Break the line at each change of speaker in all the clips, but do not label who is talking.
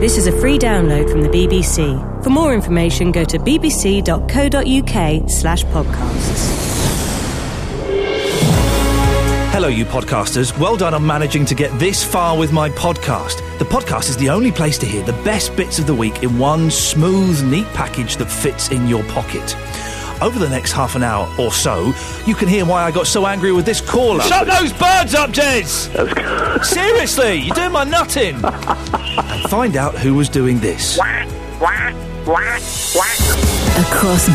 This is a free download from the BBC. For more information, go to bbc.co.uk slash podcasts.
Hello, you podcasters. Well done on managing to get this far with my podcast. The podcast is the only place to hear the best bits of the week in one smooth, neat package that fits in your pocket. Over the next half an hour or so, you can hear why I got so angry with this caller. Shut those birds up, Jez! Seriously, you're doing my nut in! and find out who was doing this.
Across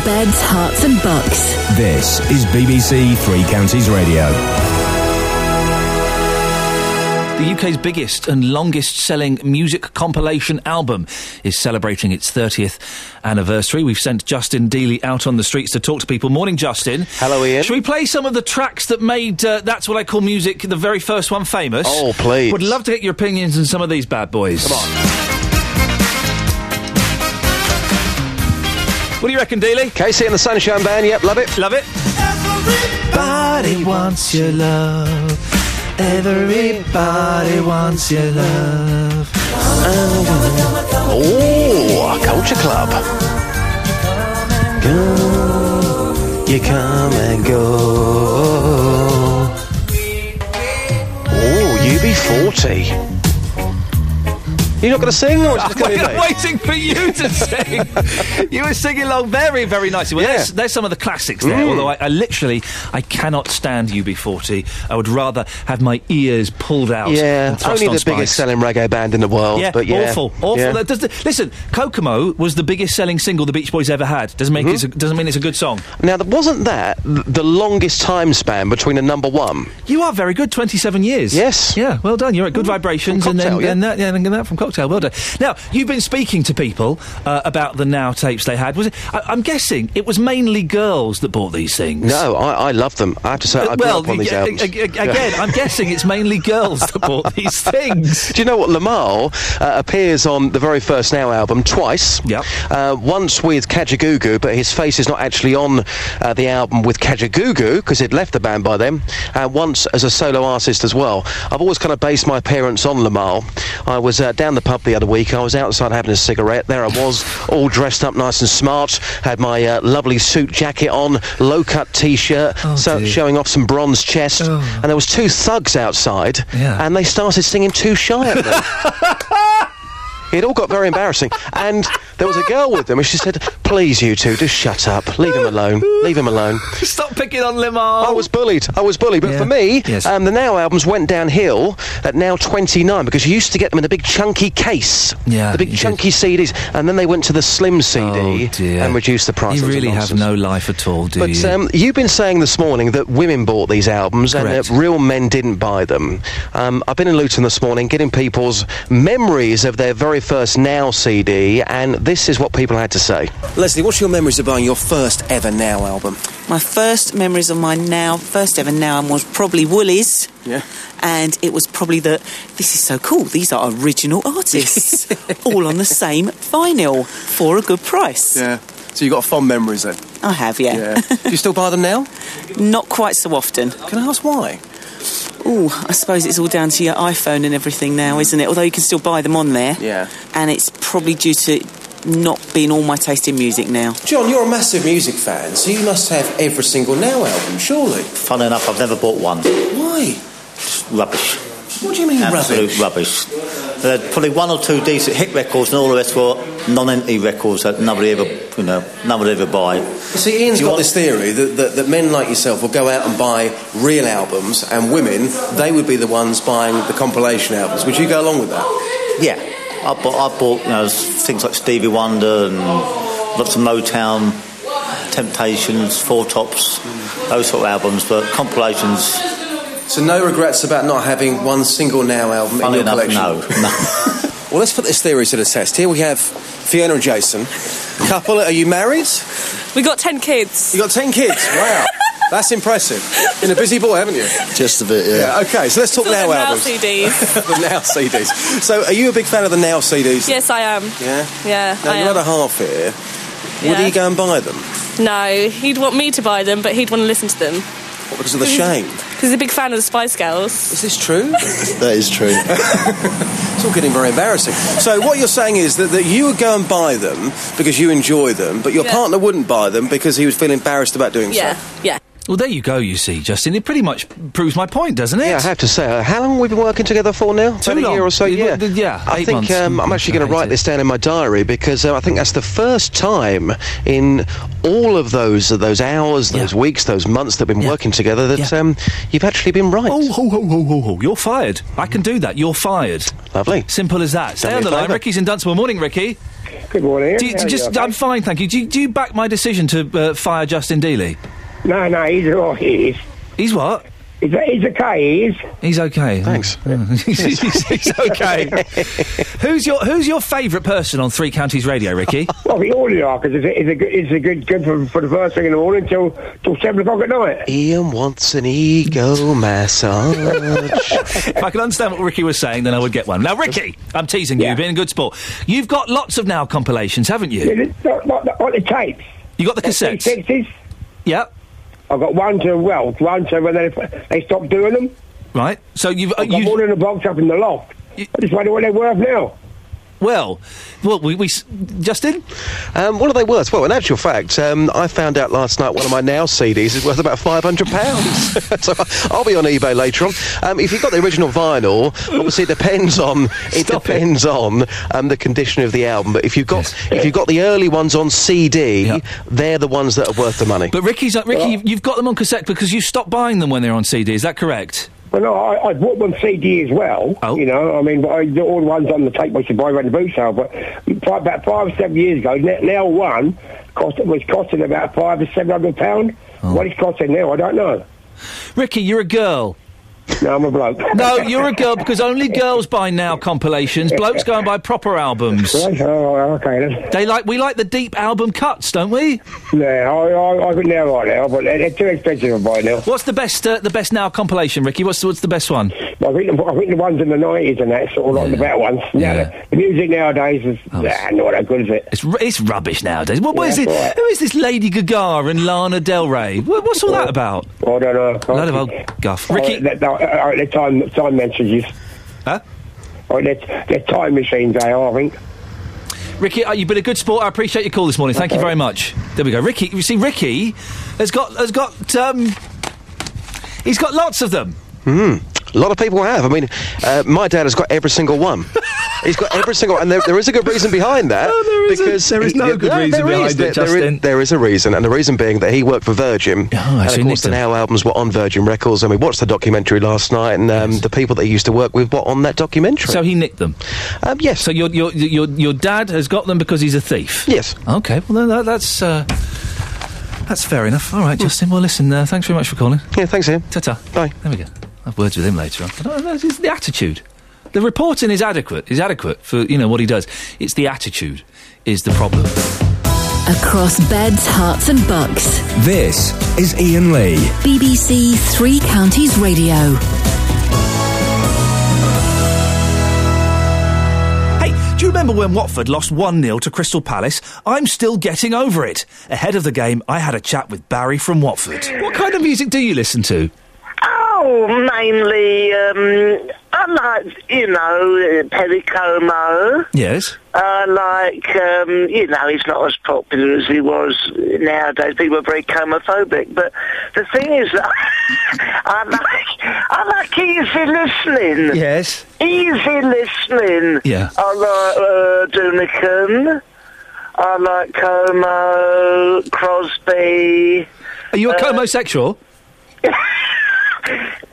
beds, hearts, and bucks.
This is BBC Three Counties Radio.
The UK's biggest and longest selling music compilation album is celebrating its 30th anniversary. We've sent Justin Deely out on the streets to talk to people. Morning, Justin. Hello, Ian. Should we play some of the tracks that made uh, That's What I Call Music, the very first one, famous?
Oh, please.
Would love to get your opinions on some of these bad boys. Come on. What do you reckon, Deely?
Casey and the Sunshine Band, yep, love it.
Love it. Everybody wants your love. Everybody wants your love.
Oh, Culture Club. Go, you come and go. Oh, UB40. You're not going to sing, or just going to
We're waiting for you to sing. you were singing along very, very nicely. Well,
Yeah. Mm.
there's, there's some of the classics there. Although I, I literally, I cannot stand UB40. I would rather have my ears pulled out.
Yeah,
and thrust
only
on
the
spikes.
biggest selling reggae band in the world.
Yeah,
but yeah,
awful, awful.
yeah.
That does- listen, Kokomo was the biggest selling single the Beach Boys ever had. Doesn't
Mm-hmm.
make it's a, doesn't mean it's a good song.
Now, th- wasn't that th- the longest time span between a number one?
You are very good. Twenty-seven years.
Yes. Mm.
Yeah. Well done. You're at Good Vibrations,
From
and then
Cocktail, yeah.
and that, yeah, and that from Cocktail. Well done. Now you've been speaking to people uh, about the Now tapes they had. Was it, I, I'm guessing it was mainly girls that bought these things.
No, I, I love them. I have to say, I
Uh,
grew
well,
up on these
ag-
albums.
ag- ag-
Yeah.
again, I'm guessing it's mainly girls that bought these things.
Do you know what? Lamar uh, appears on the very first Now album twice.
Yep.
Uh, once with Kajagoogoo, but his face is not actually on uh, the album with Kajagoogoo because he'd left the band by then. And once as a solo artist as well. I've always kind of based my appearance on Lamar. I was uh, down the pub the other week. I was outside having a cigarette. There I was, all dressed up nice and smart. Had my uh, lovely suit jacket on, low cut t shirt,
Oh, dear.
showing off some bronze chest.
Oh.
And there was two thugs outside
Yeah.
and they started singing Too Shy at me. It all got very embarrassing, and there was a girl with them, and she said, "Please, you two, just shut up. Leave him alone. Leave him alone."
Stop picking on Lamar.
I was bullied. I was bullied, but
Yeah.
for me,
Yes.
um, the Now albums went downhill at now 29 because you used to get them in the big chunky case,
Yeah,
the
you
big
did.
chunky CDs, and then they went to the slim
Oh,
CD
dear.
and reduced the price.
You
That was
really have
nonsense.
no life at all, do
But
you?
um, you've been saying this morning that women bought these albums and
Correct.
that real men didn't buy them. Um, I've been in Luton this morning getting people's memories of their very first Now CD, and this is what people had to say.
Leslie, what's your memories of buying your first ever Now album?
My first memories of my now, first ever now, album was probably Woolies.
Yeah.
And it was probably the, this is so cool, these are original artists, all on the same vinyl for a good price.
Yeah. So you got fond memories then?
I have, yeah.
Do you still buy them now?
Not quite so often.
Can I ask why?
Ooh, I suppose it's all down to your iPhone and everything now, isn't it? Although you can still buy them on there.
Yeah.
And it's probably due to not being all my taste in music now.
John, you're a massive music fan, so you must have every single Now album, surely.
Funnily enough, I've never bought one.
Why?
Rubbish.
What do you mean rubbish?
Absolute rubbish. There were probably one or two decent hit records, and all the rest were non-entity records that nobody ever, you know, nobody ever buy.
See, Ian's
Do you
got
want-
this theory that, that, that men like yourself will go out and buy real albums, and women, they would be the ones buying the compilation albums. Would you go along with that?
Yeah, I bought, I bought, you know, s- things like Stevie Wonder and lots of Motown, Temptations, Four Tops, those sort of albums. But compilations,
So, no regrets about not having one single Now album in
funnily
your
enough,
collection?
no, no.
Well, let's put this theory to the test. Here we have Fiona and Jason. Couple, are you married?
We got 10 kids.
You got 10 kids. Wow. That's impressive. Been a busy boy, haven't you?
Just a bit, yeah.
Yeah, okay, so let's talk
Still
now
got
albums.
CDs.
the now CDs. So, are you a big fan of the now CDs?
yes, I am.
Yeah?
Yeah,
Now,
I
you're
am.
other half here. Would
Yeah.
he go and buy them?
No, he'd want me to buy them, but he'd want to listen to them.
What, because of the shame?
Because he's a big fan of the Spice Girls.
Is this true?
That is true.
It's all getting very embarrassing. So what you're saying is that, that you would go and buy them because you enjoy them, but your
Yeah.
partner wouldn't buy them because he would feel embarrassed about doing
Yeah,
so.
yeah.
Well, there you go, you see, Justin. It pretty much proves my point, doesn't it?
Yeah, I have to say, uh, how long have we been working together for now?
Too
About a year
long.
or so.
You-
Yeah,
th- yeah,
I
eight
think
months.
um, I'm actually going to
I hate
write this
it.
down in my diary because uh, I think that's the first time in all of those those hours, those
Yeah.
weeks, those months that we've been
Yeah.
working together that
Yeah.
um, you've actually been right.
Oh, ho, ho, ho, ho, ho. You're fired. I can do that. You're fired.
Lovely.
Simple as that. Stay
Done me
on the
a
line.
favour.
Ricky's in Dunstable. Morning, Ricky.
Good morning.
Do you,
How
do you just,
you,
I'm fine, thank you. Do you, do you back my decision to uh, fire Justin Dealey?
No, no, he's all right. He's,
He's what?
he's, he's okay, he's.
He's okay. Thanks. he's, he's- he's okay. who's your Who's your favourite person on Three Counties Radio, Ricky?
Well, we all are, because it's, a- it's, a good- it's a good good for, for the first thing in the morning till, till 7 o'clock at night.
Ian wants an ego massage.
if I could understand what Ricky was saying, then I would get one. Now, Ricky, I'm teasing you.
Yeah.
Being a good sport, you've got lots of now compilations, haven't you?
Is it Not, not, not the tapes.
You got the cassettes.
Six sixes.
Yep.
I've got one to, well, one to when they, they stopped doing them.
Right. So you've uh,
I've got
you
one in a box up in the loft.
You-
I just wonder what they're worth now.
well, well, we, we s- Justin.
um, what are they worth? Well, in actual fact, um, I found out last night one of my now CDs is worth about five hundred pounds. so I'll be on eBay later on. Um, if you've got the original vinyl, obviously it depends on it
Stop it.
depends on um, the condition of the album. But if you've got if you've got the early ones on CD,
Yeah.
they're the ones that are worth the money.
But Ricky's uh, Ricky, you've, you've got them on cassette because you stopped buying them when they're on CD. Is that correct?
Well, no, I, I bought one CD as well.
Oh.
You know, I mean, but I, the- all the ones on the tape I should buy around the boot sale. But five, about five, seven years ago, n- now one cost was costing about five or seven hundred pound.
Oh.
What it's costing now, I don't know.
Ricky, you're a girl.
No, I'm a bloke.
No, you're a girl because only girls buy now compilations. Blokes go and buy proper albums.
Right? Oh, okay. Then.
They like we like the deep album cuts, don't we?
No, I, I, I could now right now, but they're, they're too expensive to buy now.
What's the best uh, the best now compilation, Ricky? What's the, what's the best one?
I think, the, I think the ones in the nineties and that sort of like the better ones. Now,
Yeah. Oh,
the, the music nowadays is nah, not that good, is it?
It's, ru- it's rubbish nowadays. What, what is
Yeah,
it?
right.
Who is this Lady Gaga and Lana Del Rey? Wha- What's all that
Oh,
about?
I don't know.
A lot of old guff.
Oh,
Ricky,
that- that- uh, the time time messages.
huh?
Oh, they're, they're time machines, they are, I think.
Ricky, uh, you've been a good sport. I appreciate your call this morning. Thank you very much. There we go. Ricky, you see, Ricky has got has got um, he's got lots of them.
hmm, A lot of people have. I mean, uh, my dad has got every single one. He's got every single, and there, there is a good reason behind that.
No, Oh, there isn't.
Because
There is
he-
no good reason
there is.
behind it,
There- there is-
Justin.
there is a reason, and the reason being that he worked for Virgin.
Oh, I
and
see,
of
needs
course, the
to-
Now albums were on Virgin Records, and we watched the documentary last night, and um, the people that he used to work with were on that documentary.
So he nicked them.
um, yes,
So your your your your dad has got them because he's a thief.
yes.
Okay. Well, then that, that's uh, that's fair enough. All right, Justin. Well, listen. Uh, thanks very much for calling.
Hmm. Yeah, thanks, Ian.
Ta-ta.
Bye.
There we go. I'll have words with him later on. I don't know, it's the attitude. The reporting is adequate. Is adequate for you know what he does. It's the attitude is the problem.
Across beds, hearts, and bucks.
This is Ian Lee.
BBC Three Counties Radio.
Hey, do you remember when Watford lost 1 0 to Crystal Palace? I'm still getting over it. Ahead of the game, I had a chat with Barry from Watford. What kind of music do you listen to?
Oh, mainly, um, I like, you know, uh, Perry Como.
Yes.
I like, um, you know, he's not as popular as he was nowadays. People are very homophobic. But the thing is, that I like, I like easy listening.
Yes.
Easy listening.
Yeah.
I like uh, Dunican. I like Como, Crosby.
Are you a homosexual?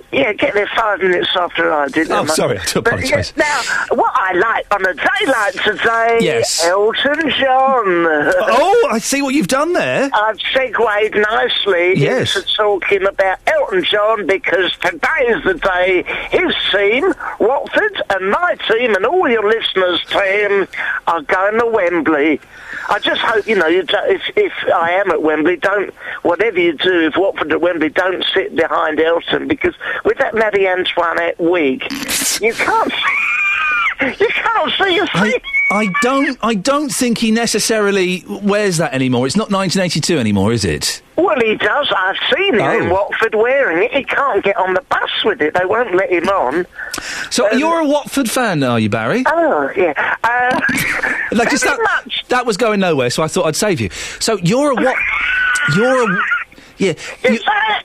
Yeah, get there five minutes after I did.
Oh,
didn't I?
sorry, I do
But,
apologise.
yeah, now, what I like on a day like today,
Yes.
Elton John.
oh, I see what you've done there.
I've segued nicely
Yes.
into talking about Elton John because today is the day his team, Watford, and my team, and all your listeners' team are going to Wembley. I just hope you know you do, if if I am at Wembley, don't whatever you do if Watford at Wembley, don't sit behind Elton because with that Marie Antoinette wig, you can't. You cannot see your
I, I don't. I don't think he necessarily wears that anymore. It's not 1982 anymore, is it?
Well, he does. I've seen him
Oh.
in Watford wearing it. He can't get on the bus with it. They won't let him on.
So you're a Watford fan, are you, Barry?
Um, Oh, yeah. Uh,
Like, just that, that was going nowhere, so I thought I'd save you. So you're a what? You're a yeah. you-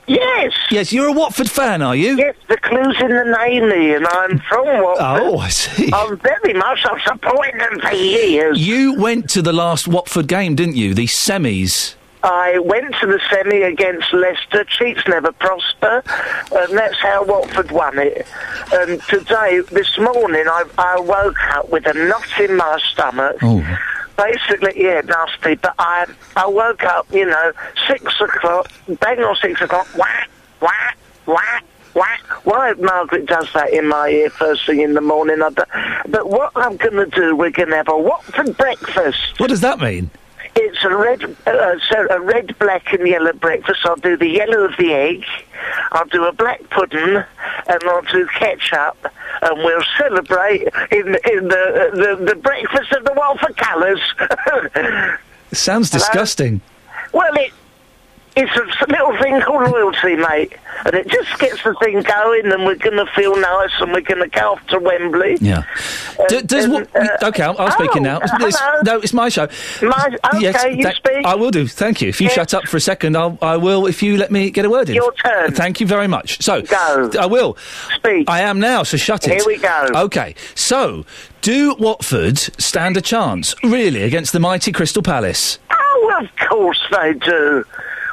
yes.
Yes, you're a Watford fan, are you?
Yes, the clue's in the name, Ian. I'm from Watford.
Oh, I see.
I'm very much. I've supported them for years.
You went to the last Watford game, didn't you? The semis.
I went to the semi against Leicester. Cheats never prosper, and that's how Watford won it. And today, this morning, I, I woke up with a knot in my stomach. Basically, yeah, nasty. But I, I woke up, you know, six o'clock, bang on six o'clock, whack, whack, whack. Whack. Why Margaret does that in my ear first thing in the morning? I don't, but what I'm going to do, we're going to have a Watford breakfast.
What does that mean?
It's a red, uh, so a red, black, and yellow breakfast. I'll do the yellow of the egg. I'll do a black pudding, and I'll do ketchup, and we'll celebrate in in the the, the breakfast of the Walford colours.
It sounds
Hello?
disgusting.
well, it. It's a s- little thing called loyalty, mate, and it just gets the thing going, and we're going to feel nice, and we're going to go off to Wembley.
Yeah. D- does what? okay, I'm, I'm speaking now. It's- it's-
Uh, oh, hello.
no, it's my show.
My- okay, you
tha-
speak.
I will do. Thank you. If you
Yes.
shut up for a second, I'll, I will. If you let me get a word in. Uh,
Your turn.
Thank you very much. So go. I will
speak.
I am now. So shut it.
Here we go.
Okay. So do Watford stand a chance really against the mighty Crystal Palace?
Oh, of course they do.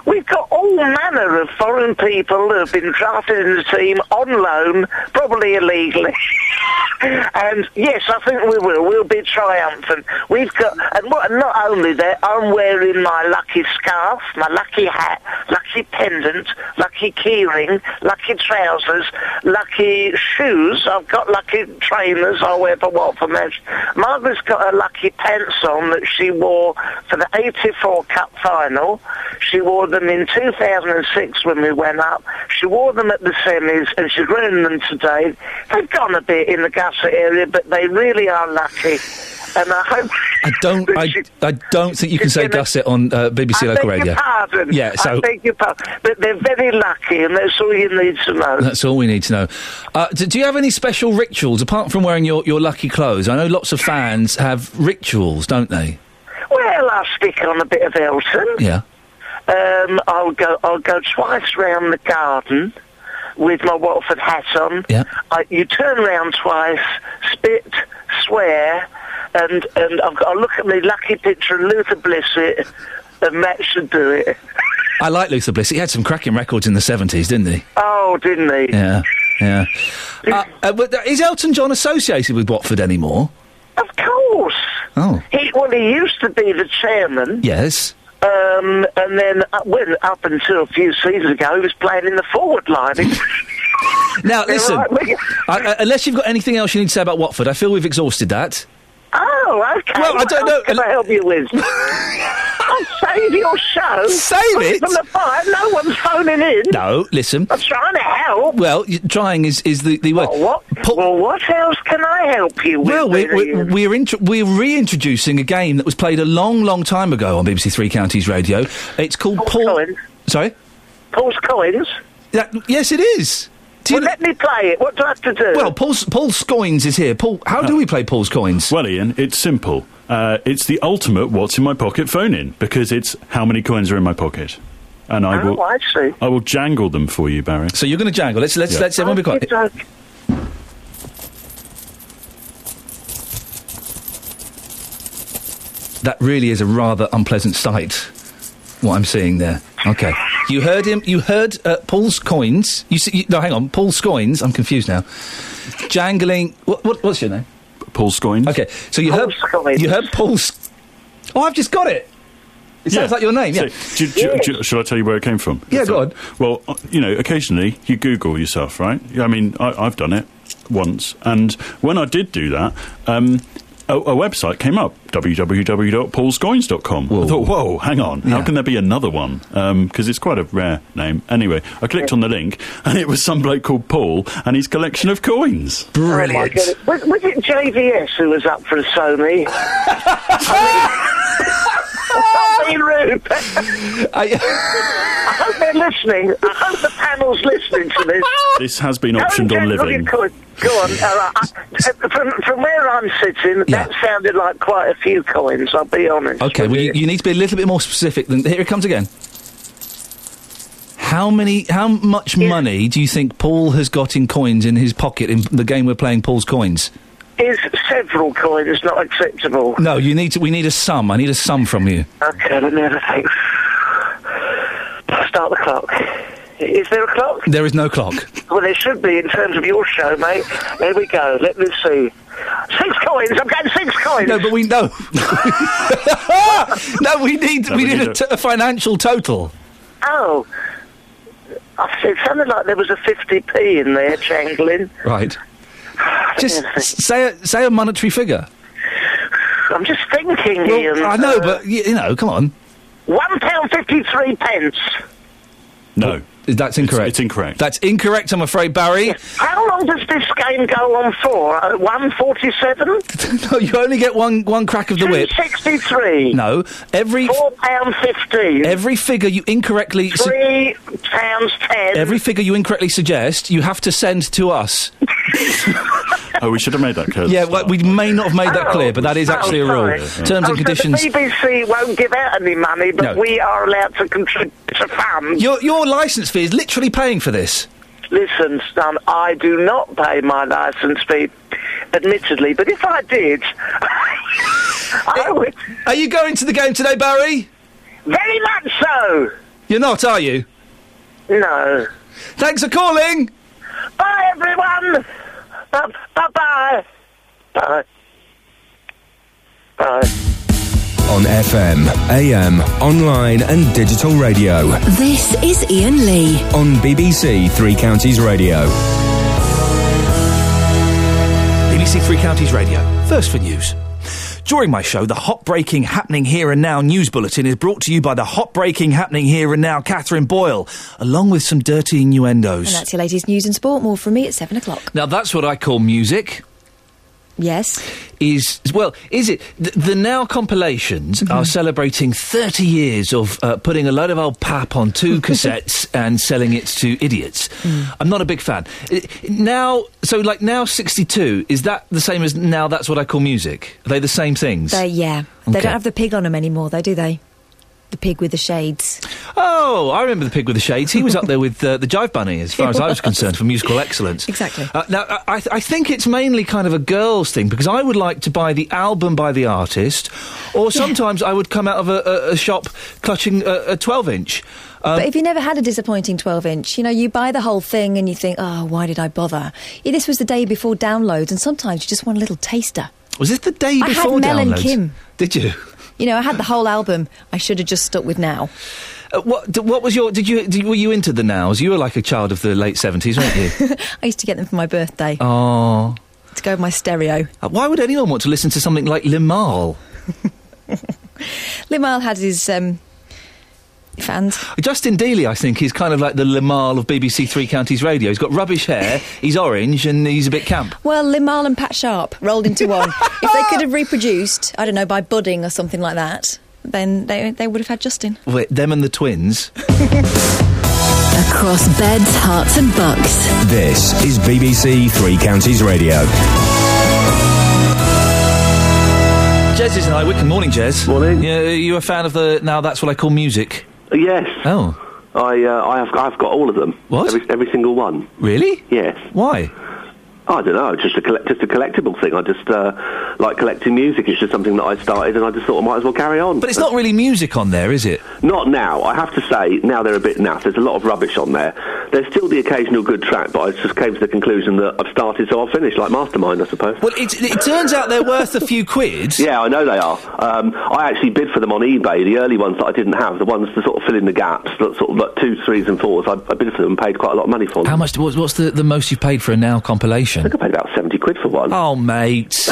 We've got all manner of foreign people who have been drafted in the team on loan, probably illegally. and yes, I think we will. We'll be triumphant. We've got, and what, not only that, I'm wearing my lucky scarf, my lucky hat, lucky pendant, lucky keyring, lucky trousers, lucky shoes. I've got lucky trainers I wear for Watford match. Margaret's got her lucky pants on that she wore for the 84 Cup final. She wore them in 2006 when we went up. She wore them at the semis and she's wearing them today. They've gone a bit in the Gusset area, but they really are lucky. And I hope...
I don't. I, I don't think you can say gusset on uh, BBC
I
local
beg
radio.
your pardon.
Yeah. So
I beg your pardon. But they're very lucky, and that's all you need to know.
That's all we need to know. Uh, do, do you have any special rituals apart from wearing your, your lucky clothes? I know lots of fans have rituals, don't they?
Well, I'll stick on a bit of Elton.
Yeah.
Um, I'll go. I'll go twice round the garden with my Watford hat on.
Yeah.
I, you turn round twice, spit, swear, and and I've got, I'll look at my lucky picture of Luther Blissett, and that should do it.
I like Luther Bliss. He had some cracking records in the seventies, didn't he?
Oh, didn't he?
Yeah. Yeah. Uh, uh, but is Elton John associated with Watford anymore?
Of course.
Oh.
He well, he used to be the chairman.
Yes.
Um, and then uh, when up until a few seasons ago, he was playing in the forward line.
Now
They're
listen.
right, we-
I, I, unless you've got anything else you need to say about Watford, I feel we've exhausted that.
Oh, okay. Well, I don't know. Can I help you with? I'll save your show.
Save
Put
it?
From the fire, no one's phoning in.
No, listen.
I'm trying to help.
Well, y- trying is, is the, the word.
What? well, what else can I help you with?
Well, we're, we're,
Ian?
we're, intro- we're reintroducing a game that was played a long, long time ago on BBC Three Counties Radio. It's called Paul. Sorry?
Paul's Coins?
yes, it is. Do you
well, let me play it. What do I have to do?
Well, Paul's, Paul's Coins is here. Paul, how do we play Paul's Coins?
Well, Ian, it's simple. Uh, it's the ultimate what's in my pocket phone in because it's how many coins are in my pocket. And I
Oh,
will
I see.
I will jangle them for you, Barry.
So you're going to jangle. Let's let's let's everyone be quiet.
Okey-doke.
That really is a rather unpleasant sight, what I'm seeing there. Okay. You heard him. You heard uh, Paul's Coins. You see. You, no, hang on. Paul's Coins. I'm confused now. Jangling. What, what, what's your name?
Paul Scoins.
Okay. So you heard. You heard Paul's. Oh, I've just got it. It sounds like your name, yeah.
So, do- do- do- shall I tell you where it came from?
Yeah, go
on. Well, uh, you know, occasionally you Google yourself, right? Yeah, I mean, I, I've done it once, and when I did do that, um, a, a website came up www.paulscoins.com. I thought, whoa, hang on, how can there be another one? Because it's quite a rare name. Anyway, I clicked on the link and it was some bloke called Paul and his collection of coins.
I get it. Was, was it JVS who was up for a Sony? I mean, I'm being rude. I hope they're listening. I hope the panel's listening to this.
This has been optioned on living.
Go on. Go on. All right. I, from, from where I'm sitting, that sounded like quite a few coins, I'll be honest.
Okay, well, you, you need to be a little bit more specific than. Here it comes again. How many? How much money do you think Paul has got in coins in his pocket in the game we're playing? Paul's coins.
Is several coins not acceptable?
No, you need to. We need a sum. I need a sum from you.
Okay, let me have a think. Start the clock. Is there a clock?
There is no clock.
Well, there should be in terms of your show, mate. There we go. Let me see. Six coins. I'm getting six coins.
No, but we know. no, we need
No,
we,
we
need,
need
a, t- a financial total.
Oh. I see. It sounded like there was a 50p in there, Changlin.
Right. Just s- say a, say a monetary figure.
I'm just thinking,
Well,
Ian.
I know, but you, you know, come on.
One pound fifty-three pence.
No,
that's incorrect. It's,
incorrect.
That's incorrect. I'm afraid, Barry.
How long does this game go on for? Uh, One forty-seven.
no, you only get one one crack of the whip.
Sixty-three.
No, every
four pound fifteen.
Every figure you incorrectly su-
Three pounds ten.
every figure you incorrectly suggest, you have to send to us.
oh, we should have made that clear.
Yeah, well, we may not have made that clear, but that is actually a rule. Terms
oh,
and
so
conditions.
The BBC won't give out any money, but
No.
we are allowed to contribute to funds.
Your your license fee is literally paying for this.
Listen, son, I do not pay my licence fee, admittedly, but if I did, I would.
Are you going to the game today, Barry?
Very much so.
You're not, are you?
No.
Thanks for calling.
Bye, everyone. Bye bye. Bye. Bye.
On FM, AM, online, and digital radio.
This is Ian Lee.
On BBC Three Counties Radio.
BBC Three Counties Radio. First for news. During my show, the hot breaking happening here and now news bulletin is brought to you by the hot breaking happening here and now Catherine Boyle, along with some dirty innuendos.
And that's your latest news and sport. More from me at seven o'clock.
Now that's what I call music.
Yes.
Is well, is it the, the now compilations are celebrating 30 years of uh, putting a load of old pap on two cassettes and selling it to idiots? I'm not a big fan. I- Now, so like now 62 is that the same as now? That's what I call music. Are they the same things?
They, yeah. They
Okay.
don't have the pig on them anymore, though, do they? The pig with the shades.
Oh, I remember the pig with the shades. He was up there with uh, the Jive Bunny, as far
He
as I was
was.
concerned, for musical excellence.
Exactly.
Uh, now, I- I, th- I think it's mainly kind of a girls' thing because I would like to buy the album by the artist, or sometimes I would come out of a, a, a shop clutching a Um, 12 inch.
but if you never had a disappointing 12 inch, you know, you buy the whole thing and you think, oh, why did I bother? Yeah, this was the day before downloads, and sometimes you just want a little taster.
was this the day
I had
before
Mel and
downloads?
Kim.
Did you?
You know, I had the whole album. I should have just stuck with now.
Uh, what, d- what was your? Did you? Did, were you into the nows? You were like a child of the late seventies, weren't you?
I used to get them for my birthday
oh,
to go with my stereo.
Uh, why would anyone want to listen to something like Limahl?
Limahl had his um, fans.
Justin Dealey, I think, is kind of like the Lamal of BBC Three Counties Radio. He's got rubbish hair, he's orange, and he's a bit camp.
Well, Limahl and Pat Sharp rolled into one. if they could have reproduced, I don't know, by budding or something like that, then they, they would have had Justin.
Wait, them and the twins.
Across beds, hearts, and bucks.
This is BBC Three Counties Radio.
Jez is in High Wycombe. Morning, Jez. Morning. Yeah, you a fan of the now? That's what I call music.
Yes.
Oh.
I, uh, I have, I've got all of them. What? Every, every single one.
Really?
Yes.
Why?
I don't know. It's just a collect, just a collectible thing. I just uh, like collecting music. It's just something that I started, and I just thought I might as well carry on.
But it's not really music on there, is it?
Not now. I have to say, now they're a bit naff. There's a lot of rubbish on there. There's still the occasional good track, but I just came to the conclusion that I've started, so I'll finish, like Mastermind, I suppose.
Well, it, it turns out they're worth a few quid.
Yeah, I know they are. Um, I actually bid for them on eBay, the early ones that I didn't have, the ones to sort of fill in the gaps, that sort of like two, threes, and fours. I, I bid for them and paid quite a lot of money for them.
How much? What's, what's the, the most you've paid for a now compilation? I think
I paid about seventy quid for one.
Oh, mate!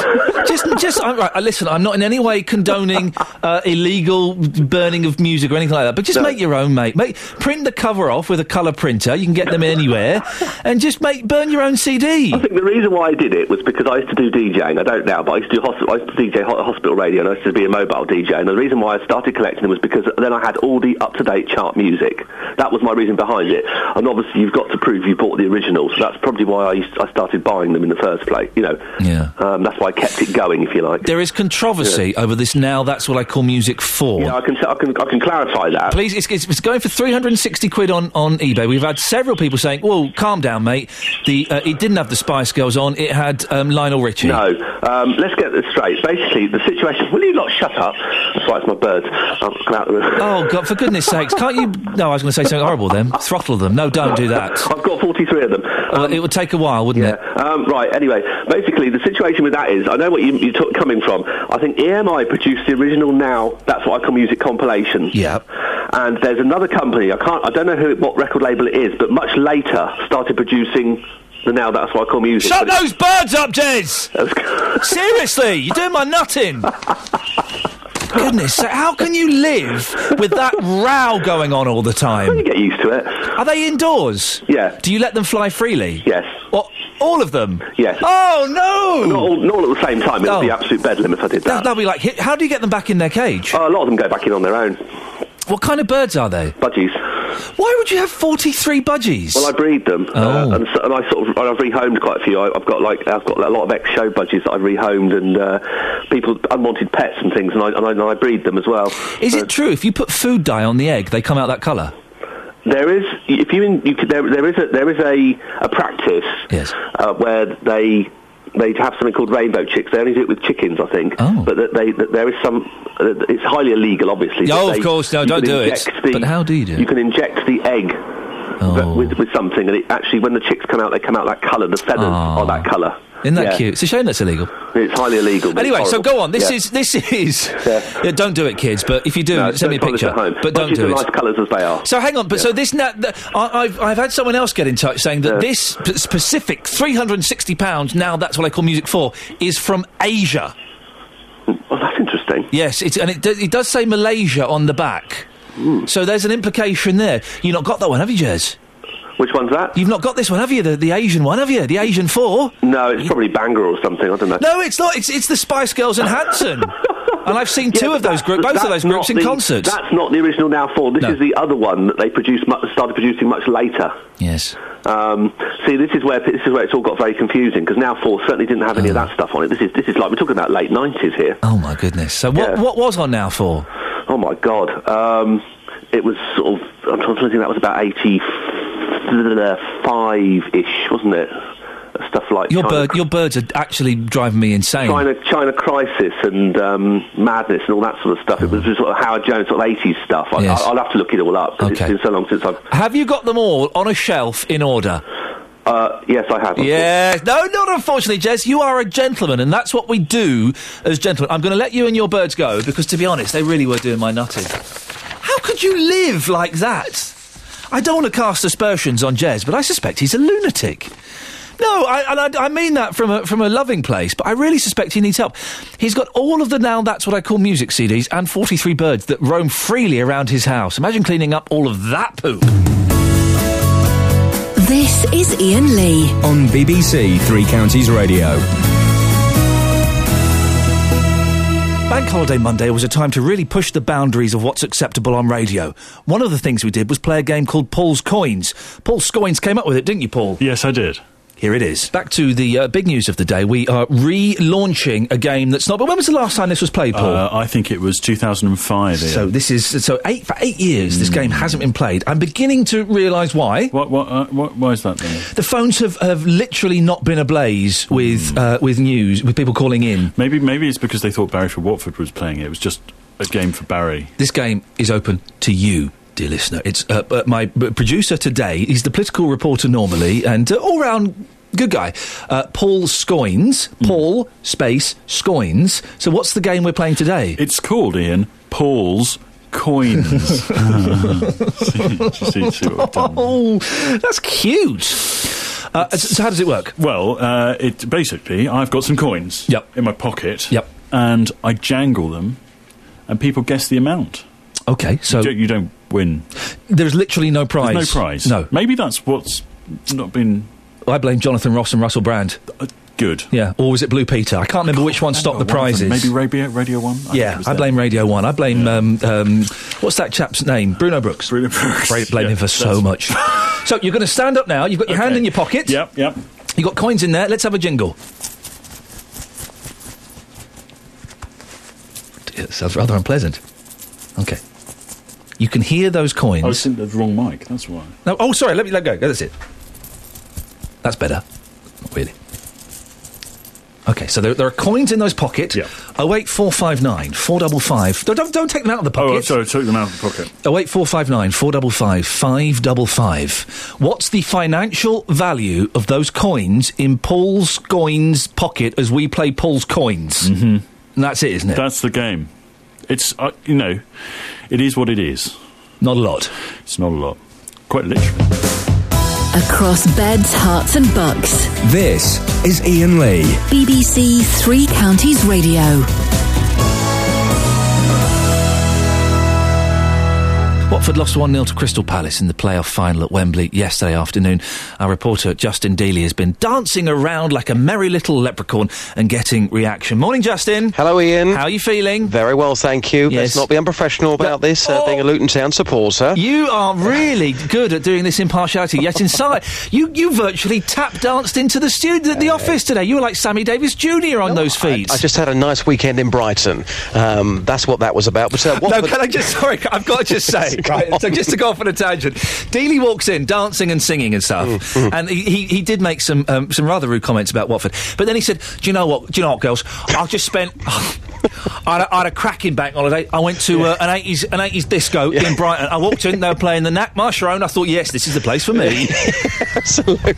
just, just I, right. I- Listen, I'm not in any way condoning uh, illegal burning of music or anything like that. But just make your own, mate. Make print the cover off with a colour printer. You can get them anywhere, and just make burn your own CD.
I think the reason why I did it was because I used to do DJing. I don't now, but I used to do hosp- I used to DJ ho- hospital radio, and I used to be a mobile DJ. And the reason why I started collecting them was because then I had all the up-to-date chart music. That was my reason behind it. And obviously, you've got to prove you bought the original, so that's probably why I, used, I started buying them in the first place. You know,
yeah.
Um, that's why I kept it going, if you like.
There is controversy over this now. That's what I call music for.
Yeah, I can, I can, I can clarify that.
Please, it's, it's, it's going for 360 quid on, on eBay. We've had several people saying, "Well, calm down, mate. The uh, it didn't have the Spice Girls on. It had um, Lionel Richie."
No, um, let's get this straight. Basically, the situation. Will you not shut up? That's why it's my birds. I'll come out the room.
Oh God! For goodness sakes, can't you? No, I was going to say something horrible. Then throttle them. No, don't do that.
I've got 43 of them.
well, it would take a while, wouldn't it?
Um, right, anyway, basically, the situation with that is I know what you, you're t- coming from. I think EMI produced the original Now, That's What I Call Music compilation.
Yeah.
And there's another company, I can't, I don't know who, it, what record label it is, but much later started producing the Now, That's What I Call Music.
Shut
But it-
those birds up, Des! Seriously, you're doing my nutting. Goodness, sake, how can you live with that row going on all the time? You
get used to it.
Are they indoors?
Yeah.
Do you let them fly freely?
Yes.
What? All of them?
Yes.
Oh no!
Not all, not all at the same time. It
Oh.
would be absolute bedlam if I did
That,
that.
that'd be like. hit- How do you get them back in their cage?
Oh, a lot of them go back in on their own.
What kind of birds are they?
Budgies.
Why would you have forty-three budgies?
Well, I breed them, uh, and, so, and I sort of and I've rehomed quite a few. I, I've got like I've got a lot of ex-show budgies that I've rehomed, and uh, people unwanted pets and things, and I, and I, and I breed them as well.
Is it true if you put food dye on the egg, they come out that colour?
There is, if you, in, you could, there, there is a there is a, a practice uh, where they they have something called rainbow chicks. They only do it with chickens, I think.
Oh.
But that they that there is some. Uh, it's highly illegal, obviously. but
Oh, of
they-
course, no,
you
don't
can
do it.
inject the-
But how do you do it? Oh.
You can inject the egg. th- With, with something, and it actually, when the chicks come out, they come out that colour. The feathers are that colour.
Ah. Isn't that
Yeah.
cute? It's a shame that's illegal.
It's highly illegal. but it's
Anyway, so
horrible.
go on. This
Yeah.
is this is. Yeah, don't do it, kids. But if you do,
No,
send me a
don't try this
picture.
at home.
But don't
Budgies
do
are
it.
nice colours as they are.
So hang on, but so this now, th- I, I've I've had someone else get in touch saying that this p- specific three hundred and sixty pounds now that's what I call music for is from Asia.
Well, Oh, that's interesting.
Yes, it's, and it, do, it does say Malaysia on the back.
Hmm.
So there's an implication there. You've not got that one, have you, Jez?
Which one's that?
You've not got this one, have you? The, the Asian one, have you? The Asian four?
No, it's probably Bangor or something. I don't know.
No, it's not. It's it's the Spice Girls and Hanson. and I've seen
Yeah,
two
but
of
that's-
those groups, both of
that's
those groups
not
in
the-
concert.
That's not the original Now Four. This
No.
is the other one that they produced, mu- started producing much later.
Yes.
Um, see, this is where this is where it's all got very confusing because Now Four certainly didn't have any of that stuff on it. This is this is like we're talking about late nineties here.
Oh my goodness! So what what was on now for?
Oh my god! Um, it was sort of I'm trying to think that was about eighty five ish, wasn't it? Stuff like
Your
China,
bird your birds are actually driving me insane.
China, China crisis and um, madness and all that sort of stuff. It was just sort of Howard Jones, sort of eighties stuff. I,
Mm-hmm. Yes.
I, will have to look it all up 'cause
Okay.
it's been so long since I've.
Have you got them all on a shelf in order?
Uh, yes, I have.
Yes. No, not unfortunately, Jez. You are a gentleman, and that's what we do as gentlemen. I'm going to let you and your birds go because, to be honest, they really were doing my nutting. How could you live like that? I don't want to cast aspersions on Jez, but I suspect he's a lunatic. No, I, and I, I mean that from a, from a loving place, but I really suspect he needs help. He's got all of the now that's what I call music CDs and 43 birds that roam freely around his house. Imagine cleaning up all of that poop.
This is Ian Lee.
On BBC Three Counties Radio.
Bank Holiday Monday was a time to really push the boundaries of what's acceptable on radio. One of the things we did was play a game called Paul's Coins. Paul Scoins came up with it, didn't you, Paul?
Yes, I did.
Here it is. Back to the uh, big news of the day. We are relaunching a game that's not. But when was the last time this was played, Paul?
Uh, I think it was 2005. Ian. Hmm.
so this is so eight for eight years. This game hasn't been played. I'm beginning to realise why.
What, what, uh, what, why is that then?
The phones have, have literally not been ablaze
Hmm.
with uh, with news with people calling in.
Maybe maybe it's because they thought Barry for Watford was playing it. It was just a game for Barry.
This game is open to you. dear listener. It's uh, uh, my b- producer today. He's the political reporter normally and uh, all round good guy. Uh, Paul Scoins.
Hmm.
Paul space Scoins. So what's the game we're playing today?
It's called Ian Paul's Coins. see, see what I've done.
Oh, that's cute. Uh, so how does it work?
Well, uh, it basically I've got some coins. Yep. In my pocket. Yep. And I jangle them, and people guess the amount.
Okay, so
you don't, you don't win.
There's literally no prize.
There's no prize.
No.
Maybe that's what's not been
I blame Jonathan Ross and Russell Brand.
Uh, good.
Yeah, or was it Blue Peter? I can't remember which one stopped the prizes.
Maybe Radio Radio One. I
yeah, I blame Radio One. I blame um, um, what's that chap's name? Bruno Brooks. Bruno Brooks. Bra- blame him for so much. so you're going to stand up now. You've got your hand in your pocket.
Yep, yep.
You got coins in there. Let's have a jingle. Dear, It sounds rather unpleasant. Okay. You can hear those coins.
I was in the wrong mic. That's why.
No, oh, sorry. Let me let go. That's it. That's better. Not really. Okay, so there, there are coins in those pockets. Oh Yeah. 08459 455. Don't, don't, don't take them out of the Oh pocket.
Oh, sorry, I took them out of the pocket.
08459 455 555. What's the financial value of those coins in Paul's coins pocket as we play Paul's coins? Mm-hmm. And that's it, isn't it?
That's the game. It's uh, you know, it is what it is.
Not a lot.
It's not a lot. Quite literally.
Across beds, hearts, and bucks.
This is Ian Lee.
BBC Three Counties Radio.
Watford lost 1 0 to Crystal Palace in the playoff final at Wembley yesterday afternoon. Our reporter Justin Dealey has been dancing around like a merry little leprechaun and getting reaction. Morning, Justin.
Hello, Ian. How
are you feeling?
Very well, thank you. Let's not be unprofessional about this,
Oh!
uh, being a Luton Town supporter.
You are really good at doing this impartiality. Yet inside, you, you virtually tap danced into the studio, the office today. You were like Sammy Davis Jr. on those feet.
I just had a nice weekend in Brighton. Um, that's what that was about. But, uh,
no,
Watford-
can I just? Sorry, I've got to just say. right, so just to go off on a tangent, Dealey walks in, dancing and singing and stuff, and he, he, he did make some um, some rather rude comments about Watford. But then he said, "Do you know what? Do you know what, girls? I just spent." I had, a, I had a cracking bank holiday. I went to uh, an eighties an eighties disco in Brighton. I walked in, they were playing the Knack Marsharon. I thought, yes, this is the place for me.
Absolutely.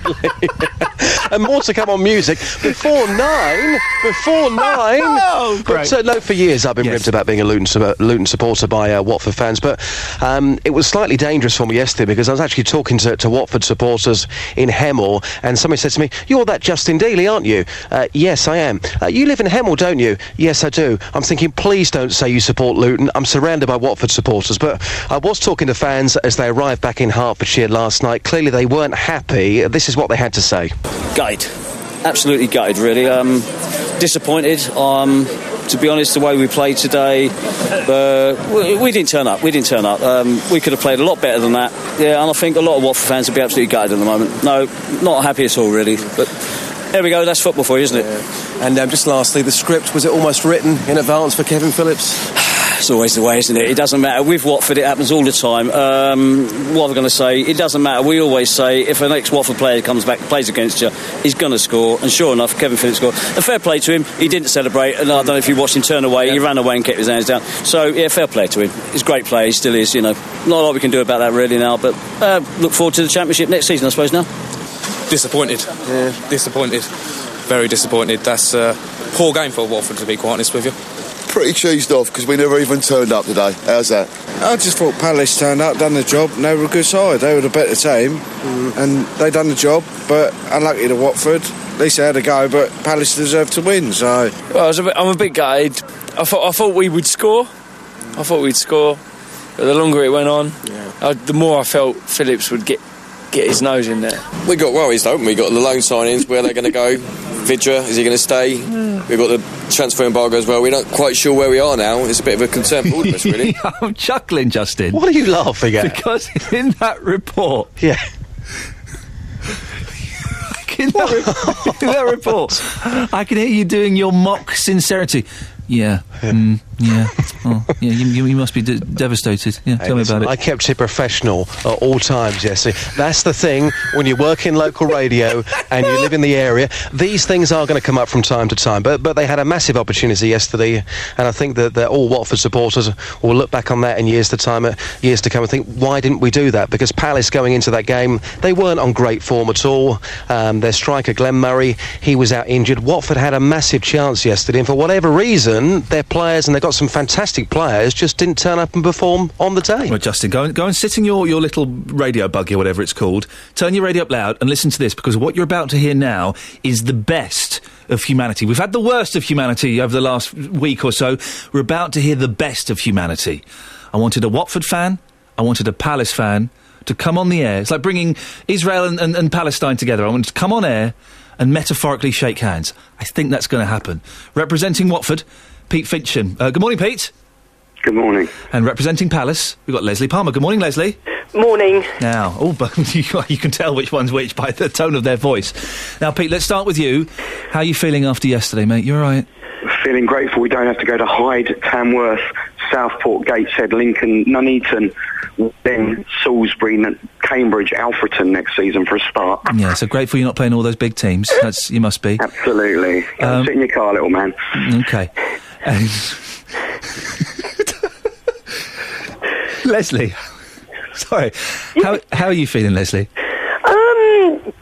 and more to come on music before nine. Before nine.
Oh,
but,
great.
uh, no, for years I've been ribbed about being a Luton, su- uh, Luton supporter by uh, Watford fans, but um, it was slightly dangerous for me yesterday because I was actually talking to, to Watford supporters in Hemel, and somebody said to me, "You're that Justin Dealey, aren't you?" Uh, yes, I am. Uh, you live in Hemel, don't you? Yes, I do. I'm thinking, please don't say you support Luton. I'm surrounded by Watford supporters, but I was talking to fans as they arrived back in Hertfordshire last night. Clearly, they weren't happy. This is what they had to say.
gutted, absolutely gutted, really. Um, disappointed. Um, to be honest, the way we played today, uh, we, we didn't turn up. We didn't turn up. Um, we could have played a lot better than that. Yeah, and I think a lot of Watford fans would be absolutely gutted at the moment. No, not happy at all, really. But there we go. That's football for you, isn't it?
And um, just lastly, the script was it almost written in advance for Kevin Phillips?
It's always the way, isn't it? It doesn't matter. With Watford, it happens all the time. Um, what am I going to say? It doesn't matter. We always say if an ex-Watford player comes back, plays against you, he's going to score. And sure enough, Kevin Phillips scored. And fair play to him. He didn't celebrate. And I don't know if you watched him turn away. He ran away and kept his hands down. So, yeah, fair play to him. He's a great player. He still is, you know. Not a lot we can do about that really now. But uh, look forward to the Championship next season, I suppose, now.
Disappointed. Yeah. Disappointed. Very disappointed. That's a poor game for Watford, to be quite honest with you.
Pretty cheesed off because we never even turned up today. How's that?
I just thought Palace turned up, done the job, and they were a good side. They were the better team, and they done the job, but unlucky to Watford. At least they had a go, but Palace deserved to win, so.
Well, I was a bit, I'm a bit gutted. I thought I thought we would score. I thought we'd score, but the longer it went on, I, the more I felt Phillips would get get his nose in there.
We got worries, don't we? We got the loan signings. Where they're going to go? Vidra, is he going to stay? We've got the transfer embargo as well. We're not quite sure where we are now. It's a bit of a concern for all of us, really.
I'm chuckling, Justin.
What are you laughing at?
Because in that report,
yeah.
in, that re- in that report, I can hear you doing your mock sincerity. Yeah. mm,
Yeah. Oh, yeah. You, you, you must be de- devastated. Yeah.
Hey,
tell me
listen,
about it.
I kept it professional at all times, Jesse. That's the thing when you work in local radio and you live in the area. These things are going to come up from time to time. But but they had a massive opportunity yesterday, and I think that, that all Watford supporters will look back on that in years to time, uh, years to come, and think why didn't we do that? Because Palace going into that game, they weren't on great form at all. Um, their striker Glenn Murray, he was out injured. Watford had a massive chance yesterday, and for whatever reason, their players and they've got some fantastic players just didn't turn up and perform on the day.
Well, Justin, go and, go and sit in your, your little radio buggy or whatever it's called. Turn your radio up loud and listen to this because what you're about to hear now is the best of humanity. We've had the worst of humanity over the last week or so. We're about to hear the best of humanity. I wanted a Watford fan, I wanted a Palace fan to come on the air. It's like bringing Israel and, and, and Palestine together. I wanted to come on air and metaphorically shake hands. I think that's going to happen. Representing Watford, Pete Fincham. Uh, good morning, Pete.
Good morning.
And representing Palace, we've got Leslie Palmer. Good morning, Leslie.
Morning.
Now, oh, but you, you can tell which one's which by the tone of their voice. Now, Pete, let's start with you. How are you feeling after yesterday, mate? You all right?
Feeling grateful we don't have to go to Hyde, Tamworth, Southport, Gateshead, Lincoln, Nuneaton, then Salisbury, N- Cambridge, Alfreton next season for a start.
Yeah, so grateful you're not playing all those big teams. That's you must be.
Absolutely. Go
Um,
sit in your car, little man.
Okay. And- Leslie, sorry. How how are you feeling, Leslie?
Um,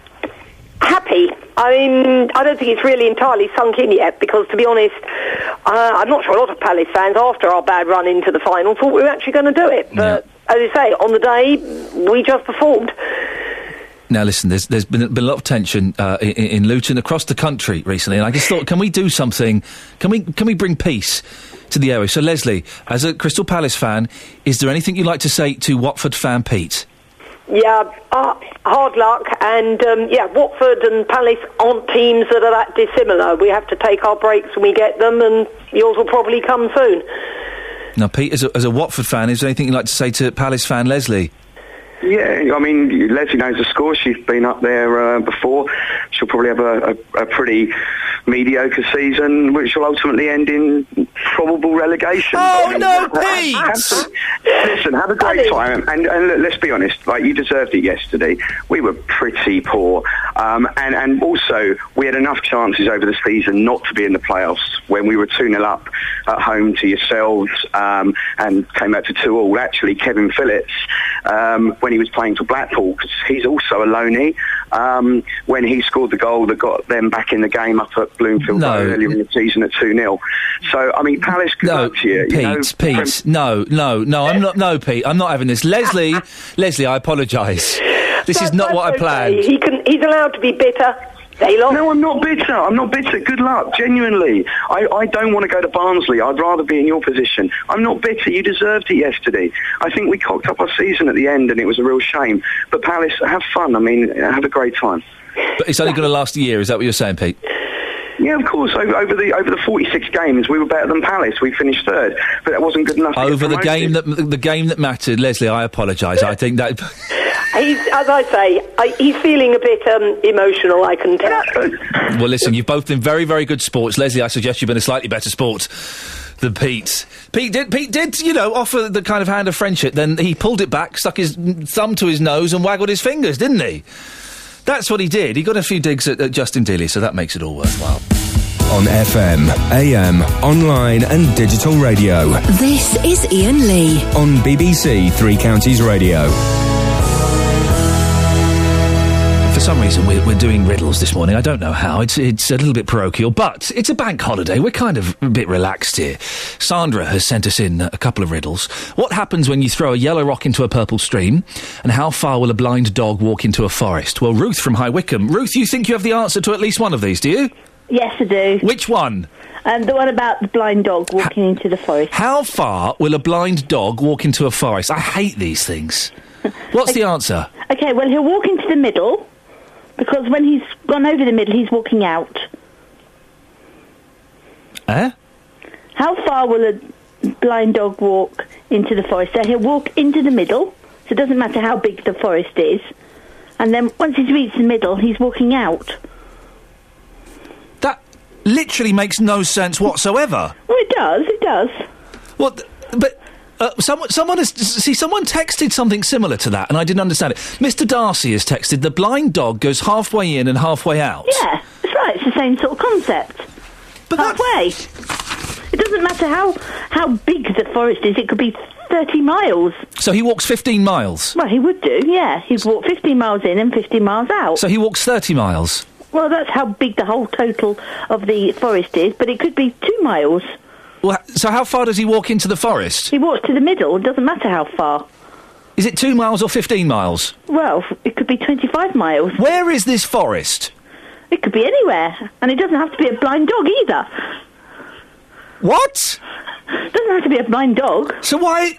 happy. I mean, I don't think it's really entirely sunk in yet because, to be honest, uh, I'm not sure a lot of Palace fans, after our bad run into the final, thought we were actually going to do it. But as I say, on the day, we just performed.
Now, listen, there's, there's been, been a lot of tension uh, in, in Luton across the country recently, and I just thought, can we do something? Can we, can we bring peace to the area? So, Leslie, as a Crystal Palace fan, is there anything you'd like to say to Watford fan Pete?
Yeah, uh, hard luck. And um, yeah, Watford and Palace aren't teams that are that dissimilar. We have to take our breaks when we get them, and yours will probably come soon.
Now, Pete, as a, as a Watford fan, is there anything you'd like to say to Palace fan Leslie?
Yeah, I mean, Leslie knows the score. She's been up there uh, before. She'll probably have a, a, a pretty mediocre season, which will ultimately end in probable relegation.
Oh, no,
Pete! Listen, have a great time, and, and look, let's be honest. Like you deserved it yesterday. We were pretty poor, um, and and also we had enough chances over the season not to be in the playoffs when we were two 0 up at home to yourselves um, and came out to two all. Actually, Kevin Phillips um, when he was playing for Blackpool because he's also a loanee. Um, when he scored the goal that got them back in the game up at Bloomfield
No.
earlier in the season at 2-0. So, I mean, Palace, good luck to you.
Pete,
you know, um,
Pete, no, no, no, I'm not, no, Pete, I'm not having this. Leslie, Leslie, I apologise. This is not what I planned.
He can, he's allowed to be bitter. They lost.
No, I'm not bitter. I'm not bitter. Good luck. Genuinely. I, I don't want to go to Barnsley. I'd rather be in your position. I'm not bitter. You deserved it yesterday. I think we cocked up our season at the end and it was a real shame. But Palace, have fun. I mean, have a great time.
But it's only going to last a year, is that what you're saying, Pete?
Yeah, of course. Over, over the over the 46 games, we were better than Palace. We finished third, but that wasn't good enough. to get
Over the
promoted.
game that the game that mattered, Leslie. I apologise. I think that
He's, as I say, I, he's feeling a bit um, emotional. I can tell.
well, listen, you've both been very, very good sports, Leslie. I suggest you've been a slightly better sport than Pete. Pete did, Pete did, you know, offer the kind of hand of friendship. Then he pulled it back, stuck his mm, thumb to his nose, and waggled his fingers, didn't he? That's what he did. He got a few digs at, at Justin Dealey, so that makes it all worthwhile.
On FM, AM, online and digital radio.
This is Ian Lee.
On BBC Three Counties Radio.
For some reason, we're, we're doing riddles this morning. I don't know how. It's, it's a little bit parochial, but it's a bank holiday. We're kind of a bit relaxed here. Sandra has sent us in a couple of riddles. What happens when you throw a yellow rock into a purple stream? And how far will a blind dog walk into a forest? Well, Ruth from High Wycombe. Ruth, you think you have the answer to at least one of these, do you?
Yes, I do.
Which one?
Um, the one about the blind dog walking into the forest.
How far will a blind dog walk into a forest? I hate these things. What's the answer?
Okay, well, he'll walk into the middle because when he's gone over the middle, he's walking out.
Eh?
How far will a blind dog walk into the forest? So he'll walk into the middle, so it doesn't matter how big the forest is. And then once he's reached the middle, he's walking out.
That literally makes no sense whatsoever.
Well, it does, it does.
Well, th- but uh, someone, someone has see someone texted something similar to that, and I didn't understand it. Mr. Darcy has texted: the blind dog goes halfway in and halfway out.
Yeah, that's right. It's the same sort of concept.
But
halfway. It doesn't matter how how big the forest is. It could be thirty miles.
So he walks 15 miles.
Well, he would do. Yeah, he'd walk fifty miles in and fifty miles out.
So he walks 30 miles.
well, that's how big the whole total of the forest is. But it could be two miles.
Well, h- so how far does he walk into the forest?
He walks to the middle. It doesn't matter how far.
Is it two miles or 15 miles?
Well, it could be 25 miles.
Where is this forest?
It could be anywhere. And it doesn't have to be a blind dog either.
What?
Doesn't have to be a blind dog.
So why?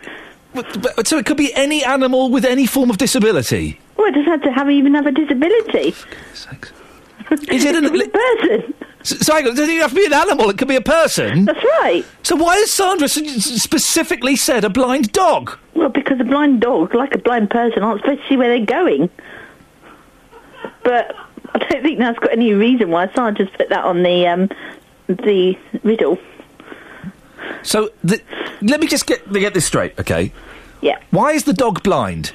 But, but- so it could be any animal with any form of disability.
Well, it doesn't have to have even have a disability.
Is it an, a
person?
So, so hang on, it doesn't even have to be an animal. It could be a person.
That's right.
So why has Sandra s- s- specifically said a blind dog?
Well, because a blind dog, like a blind person, aren't supposed to see where they're going. But I don't think that's got any reason why Sarge's put that on the um, the riddle.
So the, let me just get get this straight, okay?
Yeah.
Why is the dog blind?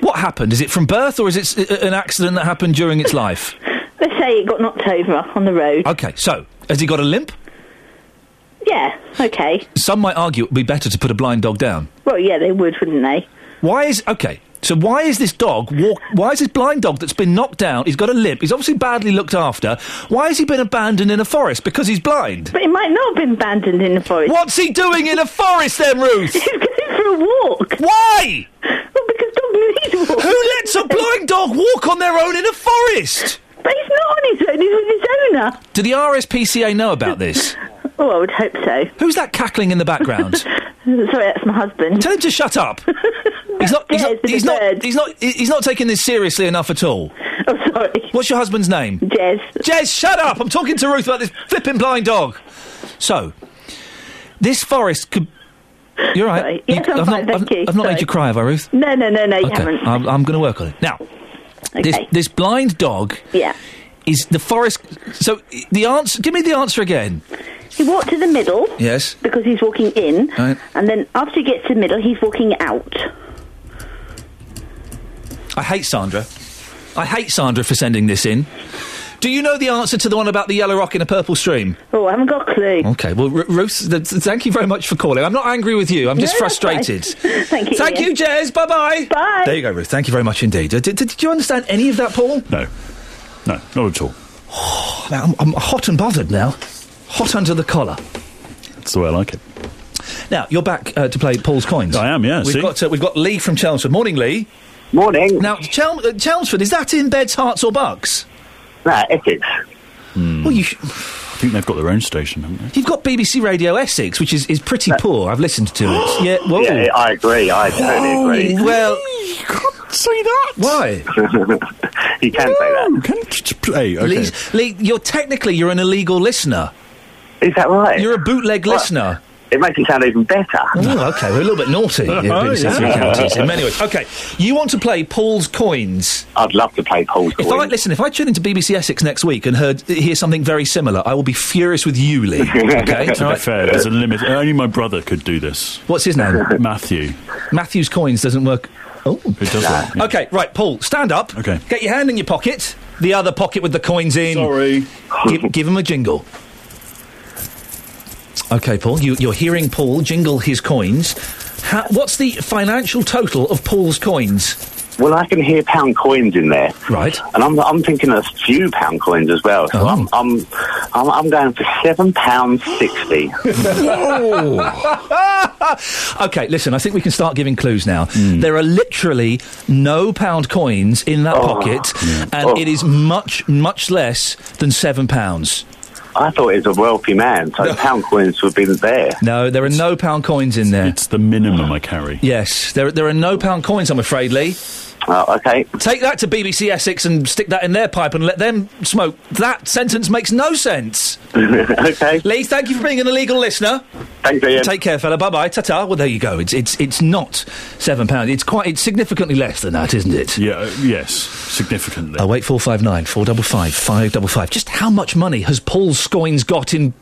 What happened? Is it from birth or is it s- an accident that happened during its life?
Let's say it got knocked over on the road.
Okay, so has he got a limp?
Yeah. Okay.
Some might argue it would be better to put a blind dog down.
Well, yeah, they would, wouldn't they?
Why is okay? So why is this dog walk? Why is this blind dog that's been knocked down? He's got a limp. He's obviously badly looked after. Why has he been abandoned in a forest because he's blind?
But it might not have been abandoned in the forest.
What's he doing in a forest then, Ruth? He's
going for a walk.
Why?
Well, because dogs need walks.
Who lets a blind dog walk on their own in a forest?
But he's not on his own. He's with his owner.
Do the RSPCA know about this?
Oh, I would hope so.
Who's that cackling in the background?
Sorry, that's my husband.
Tell him to shut up. he's not. He's not. He's not, he's not. he- He's not taking this seriously enough at all.
Oh, sorry.
What's your husband's name?
Jez.
Jez, shut up! I'm talking to Ruth about this flipping blind dog. So, this forest could. You're right.
Sorry. Yes,
You-
I'm
I've
fine,
not,
thank
I've,
you.
I've not made
Sorry.
you cry, have I, Ruth?
No, no, no, no, you
okay.
haven't.
I'm, I'm going to work on it now. This
Okay.
this blind dog
Yeah.
is the forest. So i- the answer. Give me the answer again.
He walked to the middle
Yes.
because he's walking in,
Right.
and then after he gets to the middle, he's walking out.
I hate Sandra. I hate Sandra for sending this in. Do you know the answer to the one about the yellow rock in a purple stream?
Oh, I haven't got a clue.
Okay, well, R- Ruth, th- th- thank you very much for calling. I'm not angry with you. I'm just
No, that's fine.
frustrated.
Thank you.
Thank you, Jez. Bye bye.
Bye.
There you go, Ruth. Thank you very much indeed. Uh, Did, did, did you understand any of that, Paul?
No. No, not at all.
Oh, man, I'm, I'm hot and bothered now. Hot under the collar.
That's the way I like it.
Now you're back uh, to play Paul's coins. I
am, yeah,
We've
see?
got uh, we've got Lee from Chelmsford. Morning, Lee.
Morning.
Now, Chel- uh, Chelmsford is that in Beds, Hearts, or Bucks?
No, Essex.
Well, you sh-
Hmm. I think they've got their own station, haven't they?
you've got BBC Radio Essex, which is, is pretty poor. I've listened to it. yeah, whoa.
Yeah, I agree. I
Whoa,
totally agree.
Oh, Well,
you
can't say that.
Why?
you can say that.
Can't play.
Lee, Lee, you're technically you're an illegal listener.
Is that right?
You're a bootleg listener.
It makes it sound even better.
Oh, okay, we're a little bit naughty in
Oh,
Princes and
yeah.
Counties in many ways. Okay, you want to play Paul's Coins?
I'd love to play Paul's
If I
Coins.
listen, if I tune into BBC Essex next week and heard hear something very similar, I will be furious with you, Lee. Okay,
to
All
be
right?
fair, there's a limit. Only my brother could do this.
What's his name?
Matthew.
Matthew's Coins doesn't work. Oh,
It does work, yeah.
Okay, right, Paul, stand up. Okay, get your hand in your pocket, the other pocket with the coins in.
Sorry,
give, give him a jingle. Okay, Paul, you, you're hearing Paul jingle his coins. Ha- what's the financial total of Paul's coins?
Well, I can hear pound coins in there.
Right.
And I'm, I'm thinking a few pound coins as well.
Oh.
So I'm, I'm, I'm, I'm going for £7.60.
okay, listen, I think we can start giving clues now. There are literally no pound coins in
Oh.
that pocket, and it is much, much less than seven pounds.
I thought he was a wealthy man, so pound coins would be there.
No, there are no pound coins in there. It's
the minimum I carry.
Yes, there, there are no pound coins, I'm afraid, Lee.
Oh, okay.
Take that to BBC Essex and stick that in their pipe and let them smoke. That sentence makes no sense.
okay.
Lee, thank you for being an illegal listener.
Thanks, Ian.
Take care, fella. Bye bye. Ta ta. Well, there you go. It's, it's, it's not £7. pound. It's quite. It's significantly less than that, isn't it?
Yeah, uh, yes, significantly.
Oh wait, four five nine four double five five double five. Just how much money has Paul's coins got in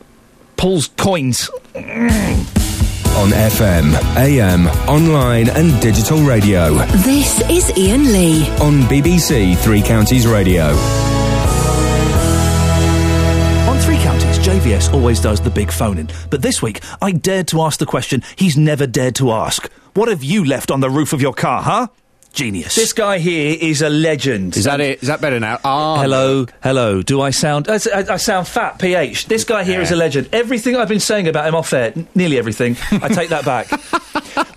Paul's coins? Mm.
on FM, AM, online and digital radio.
This is Ian Lee.
On BBC Three Counties Radio.
On Three Counties, JVS always does the big phone in. But this week, I dared to ask the question he's never dared to ask What have you left on the roof of your car, huh? Genius. This guy here is a legend. Is
that it? Is that better now? Ah,
hello, hello. Do I sound? I, I- I sound fat. Ph. This guy here is a legend. Everything I've been saying about him off air, n- nearly everything, I take that back.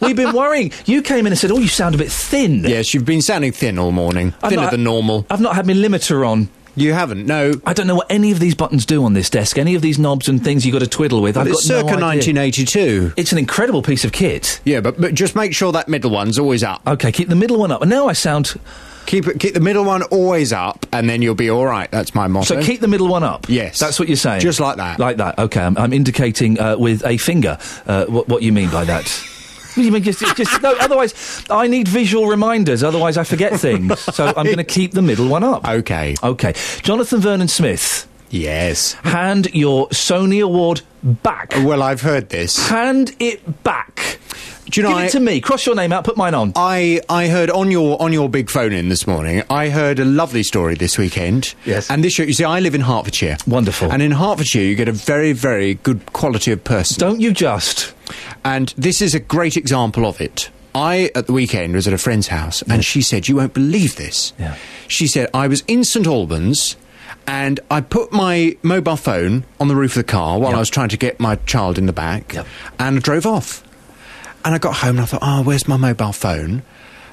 We've been worrying. You came in and said, "Oh, you sound a bit thin."
Yes, you've been sounding thin all morning.
I've
Thinner
not-
than normal.
I've not had my limiter on.
You haven't? No.
I don't know what any of these buttons do on this desk. Any of these knobs and things you got to twiddle with.
Well,
I've
it's
got
circa
no idea.
1982.
It's an incredible piece of kit.
Yeah, but, but just make sure that middle one's always up.
Okay, keep the middle one up. And now I sound.
Keep it, keep the middle one always up, and then you'll be all right. That's my motto.
So keep the middle one up.
Yes.
That's what you're saying.
Just like that.
Like that. Okay, I'm, I'm indicating uh, with a finger uh, what, what you mean by that. What do you mean? Just, just- no, otherwise, I need visual reminders. Otherwise, I forget things. So I'm going to keep the middle one up.
Okay.
Okay. Jonathan Vernon Smith.
Yes.
Hand your Sony Award back.
Well, I've heard this.
Hand it back.
Do you know,
Give
I-
it to me. Cross your name out. Put mine on.
I, I heard on your on your big phone in this morning. I heard a lovely story this weekend. Yes, and this year, you see, I live in Hertfordshire.
Wonderful.
And in Hertfordshire, you get a very very good quality of person.
Don't you just?
And this is a great example of it. I at the weekend was at a friend's house, and she said, "You won't believe this." Yeah. She said, "I was in St Albans." And I put my mobile phone on the roof of the car while I was trying to get my child in the back and I drove off. And I got home and I thought, oh, where's my mobile phone?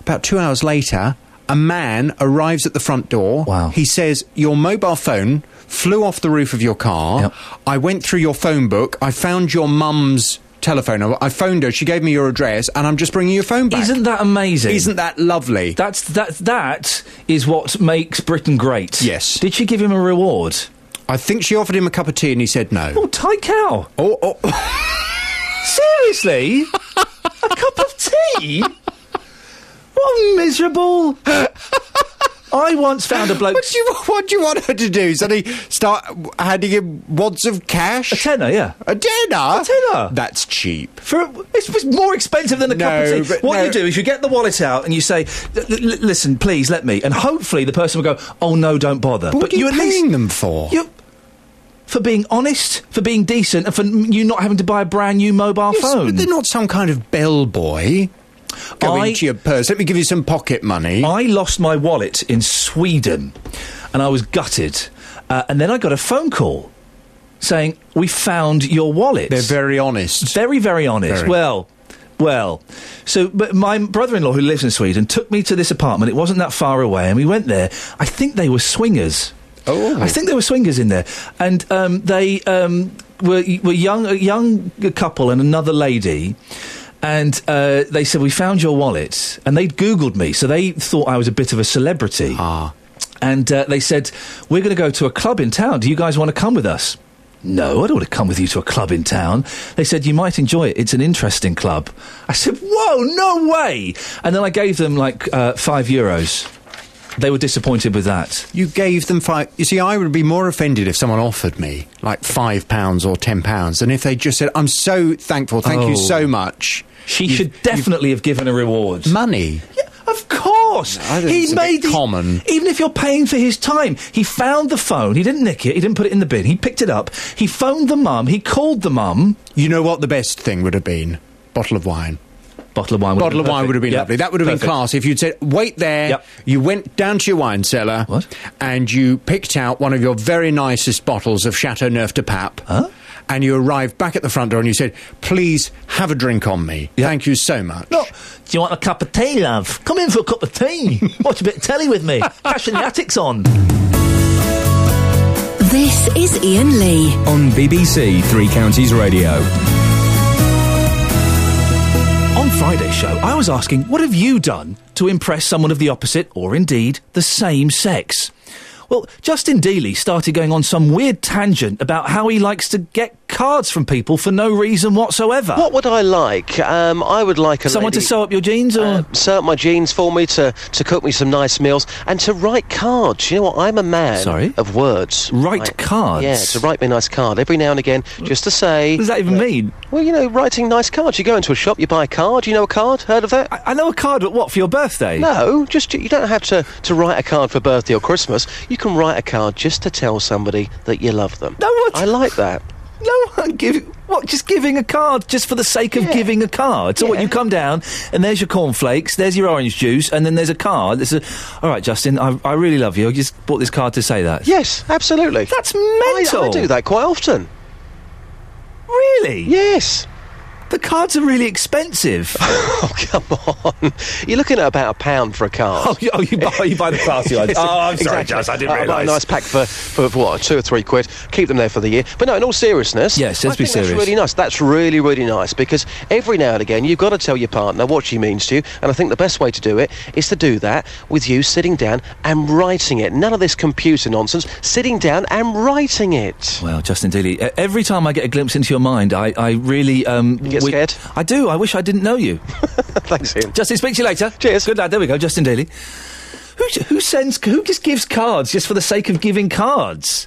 About two hours later, a man arrives at the front door. Wow. He says, Your mobile phone flew off the roof of your car. I went through your phone book. I found your mum's telephone number. I phoned her. She gave me your address, and I'm just bringing your phone back.
Isn't that amazing?
Isn't that lovely?
That's that. That is what makes Britain great.
Yes.
Did she give him a reward?
I think she offered him a cup of tea and he said no.
Oh, tight cow.
Oh, oh.
Seriously? a cup of tea? What miserable. I once found a bloke.
What do, you, what do you want her to do? Suddenly start handing him wads of cash? A
tenner, yeah.
A tenner? A
tenner.
Ah, That's cheap.
For, it's, it's more expensive than a cup
No,
of tea.
but
What
no.
you do is you get the wallet out and you say, "L- l- "Listen, please let me." And hopefully the person will go, "Oh no, don't bother."
But what are you paying them for?
You- for being honest, for being decent, and for n- you not having to buy a brand new mobile
Yes,
phone.
But they're not some kind of bellboy going
I-
to your purse. Let me give you some pocket money.
I lost my wallet in Sweden, and I was gutted. Uh, and then I got a phone call saying, "We found your wallet." They're
very honest.
Very, very honest.
Very.
Well. Well, so but my brother-in-law who lives in Sweden took me to this apartment. It wasn't that far away, and we went there. I think they were swingers.
Oh,
I think there were swingers in there, and um, they um, were were young a young couple and another lady. And uh, they said, We found your wallet. And they'd Googled me, so they thought I was a bit of a celebrity. Ah. And uh, they said, We're going to go to a club in town. Do you guys want to come with us? No, I don't want to come with you to a club in town. They said, You might enjoy it. It's an interesting club. I said, Whoa, no way. And then I gave them like uh, five euros. They were disappointed with that.
You gave them five. You see, I would be more offended if someone offered me like five pounds or ten pounds than if they just said, "I'm so thankful, thank you
Oh.
so much."
She should definitely have given a reward.
Money.
Of course,
I think it's a bit common.
Even if you're paying for his time, he found the phone. He didn't nick it. He didn't put it in the bin. He picked it up. He phoned the mum. He called the mum.
You know what the best thing would have been? Bottle of wine.
Bottle of wine.
Bottle of wine
perfect.
would have been
Yep,
lovely. That would have
perfect.
been class if you'd said, "Wait there." You went down to your wine cellar and you picked out one of your very nicest bottles of Chateau Neuf de Pape. And you arrived back at the front door and you said, "Please have a drink on me. Thank you so much."
Look, do you want a cup of tea, love? Come in for a cup of tea. Watch a bit of telly with me. Cash in the attic's on.
This is Ian Lee.
On BBC Three Counties Radio.
On Friday's show, I was asking, what have you done to impress someone of the opposite, or indeed the same sex? Well, Justin Dealey started going on some weird tangent about how he likes to get cards from people for no reason whatsoever.
What would I like? Um, I would like a
Someone to
lady-
sew up your jeans, or
uh, sew up my jeans for me to, to cook me some nice meals and to write cards. You know what? I'm a man
Sorry?
of words. Write
cards?
Yeah, to write me a nice card every now and again, just to say. What
does that even mean?
Well, you know, writing nice cards. You go into a shop, you buy a card. You know a card? Heard of that?
I, know a card, but what for your birthday?
No, just you don't have to to write a card for birthday or Christmas. You can write a card just to tell somebody that you love them.
No, what?
I like that.
no one give what? Just giving a card, just for the sake of giving a card. So what? You come down, and there's your cornflakes, there's your orange juice, and then there's a card. It's a, all right, Justin. I, I really love you. I just bought this card to say that.
Yes, absolutely.
That's mental.
I, I do that quite often.
Really?
Yes.
The cards are really expensive.
oh, come on. You're looking at about a pound for a card.
Oh, you, oh, you, buy, you buy the party lines. Oh, I'm sorry, Jazz. I didn't
I buy a
realise.
nice pack for, for, for what, two or three quid. Keep them there for the year. But no, in all seriousness, yes,
let's
I
be
think That's
serious.
really nice. That's really, really nice because every now and again you've got to tell your partner what she means to you. And I think the best way to do it is to do that with you sitting down and writing it. None of this computer nonsense. Sitting down and writing it.
Well, Justin Dealey, e- every time I get a glimpse into your mind, I, I really. Um,
get scared?
I do. I wish I didn't know you.
Thanks, Ian.
Justin, speak to you later. Cheers. Good lad. There we go, Justin Daly. Who, j- who sends. Who just gives cards just for the sake of giving cards?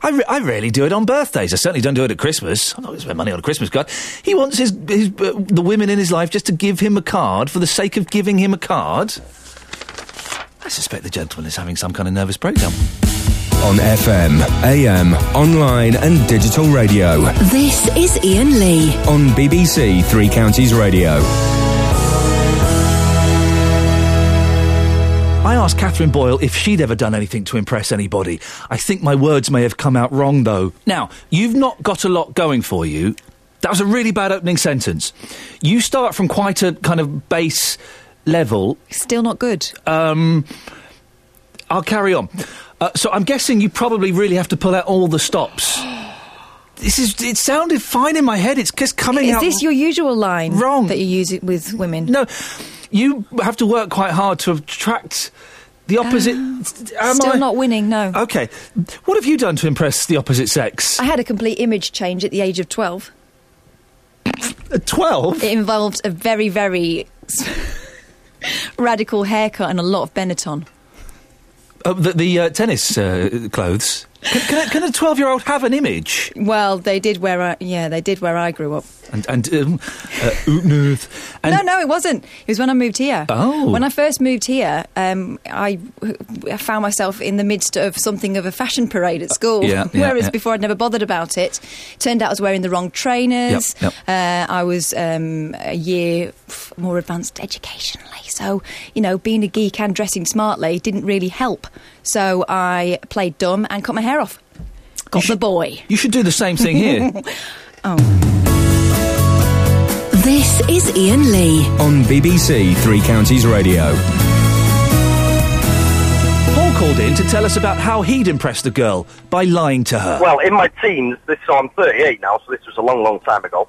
I, re- I rarely do it on birthdays. I certainly don't do it at Christmas. I'm not going to spend money on a Christmas card. He wants his, his uh, the women in his life just to give him a card for the sake of giving him a card. I suspect the gentleman is having some kind of nervous breakdown.
On FM, AM, online and digital radio.
This is Ian Lee.
On BBC Three Counties Radio.
I asked Catherine Boyle if she'd ever done anything to impress anybody. I think my words may have come out wrong, though. Now, you've not got a lot going for you. That was a really bad opening sentence. You start from quite a kind of base level.
Still not good.
Um, I'll carry on. Uh, so I'm guessing you probably really have to pull out all the stops. This is. It sounded fine in my head. It's just coming
Is
out.
this your usual line wrong. that you use it with women?
No. you have to work quite hard to attract the opposite. am
Still
I-
not winning, no.
Okay. What have you done to impress the opposite sex?
I had a complete image change at the age of 12.
At 12?
It involved a very, very radical haircut and a lot of Benetton.
Uh, the the uh, tennis uh, clothes. Can, can, a, can a 12 year old have an image?
Well, they did where I, yeah, they did where I grew up.
And. and, um, uh, ootnooth. and
no, no, it wasn't. It was when I moved here.
Oh.
When I first moved here, um, I, I found myself in the midst of something of a fashion parade at school.
yeah, yeah,
Whereas
yeah.
before I'd never bothered about it. Turned out I was wearing the wrong trainers.
Yep,
Uh, I was um, a year f- more advanced educationally. So, you know, being a geek and dressing smartly didn't really help. So I played dumb and cut my hair off. Got the boy.
You should do the same thing here.
This is Ian Lee.
On BBC Three Counties Radio.
Paul called in to tell us about how he'd impressed a girl by lying to her.
Well, in my teens, this so I'm 38 now, so this was a long, long time ago.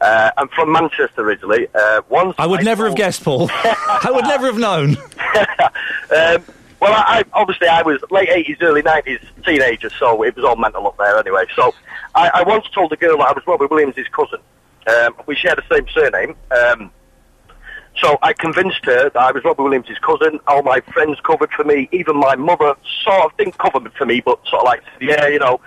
Uh, I'm from Manchester originally. Uh, once
I would never have guessed, Paul. I would never have known.
Um, well, I, I obviously I was late 80s, early 90s teenager, so it was all mental up there anyway. So I, I once told a girl that I was Robbie Williams' cousin. Um, we share the same surname. Um, so I convinced her that I was Robbie Williams' cousin. All my friends covered for me. Even my mother sort of didn't cover for me, but sort of like, yeah, you know.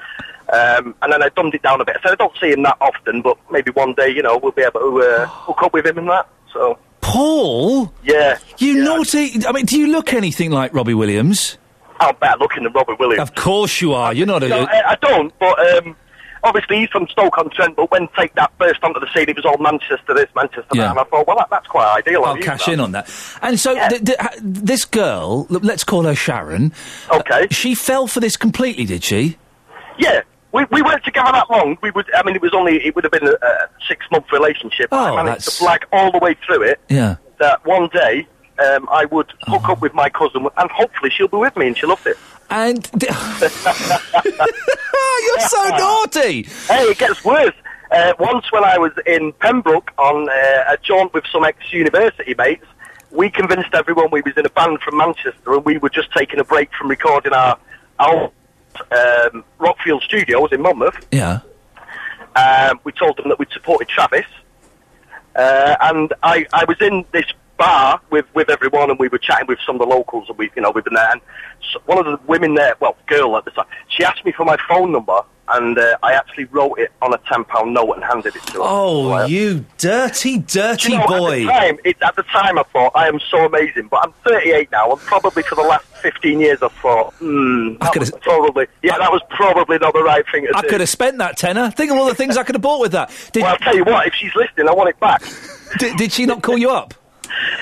Um, and then I dumbed it down a bit. I said, I don't see him that often, but maybe one day, you know, we'll be able to uh, hook up with him and that. So,
Paul?
Yeah.
You naughty. I mean, do you look anything like Robbie Williams?
I'm better looking than Robbie Williams.
Of course you are. You're not a.
No, I, I don't, but um, obviously he's from Stoke-on-Trent, but when Take That first onto the scene, it was all Manchester this, Manchester
Yeah.
that, and I thought, well, that, that's quite ideal.
I'll
use
cash
that.
in on that. And so th- th- ha- this girl, l- let's call her Sharon. uh,
Okay.
she fell for this completely, did she?
Yeah, we, we weren't together that long. We would, I mean, it was only, it would have been a, a six-month relationship. I
Oh,
managed
that's-
to flag all the way through it
Yeah.
that one day um, I would hook up with my cousin, and hopefully she'll be with me, and she loved it.
And you're so naughty.
Hey, it gets worse. Uh, once when I was in Pembroke on uh, a jaunt with some ex-university mates, we convinced everyone we was in a band from Manchester and we were just taking a break from recording our, our um, Rockfield Studios in Monmouth.
Yeah.
Um, we told them that we'd supported Travis. Uh, and I, I was in this bar with, with everyone, and we were chatting with some of the locals, and we, you know, we've been there. And so one of the women there, well, girl at the time, she asked me for my phone number, and uh, I actually wrote it on a ten pound note and handed it to her.
Oh, you dirty, dirty
You know,
boy.
At the, time, it, at the time, I thought I am so amazing, but I'm 38 now, and probably for the last 15 years, I thought, hmm, that was probably, yeah, that was probably not the right thing to
I
do.
could have spent that tenner. Think of all the things I could have bought with that. Did,
well, I'll tell you what, if she's listening, I want it back.
did, did she not call you up?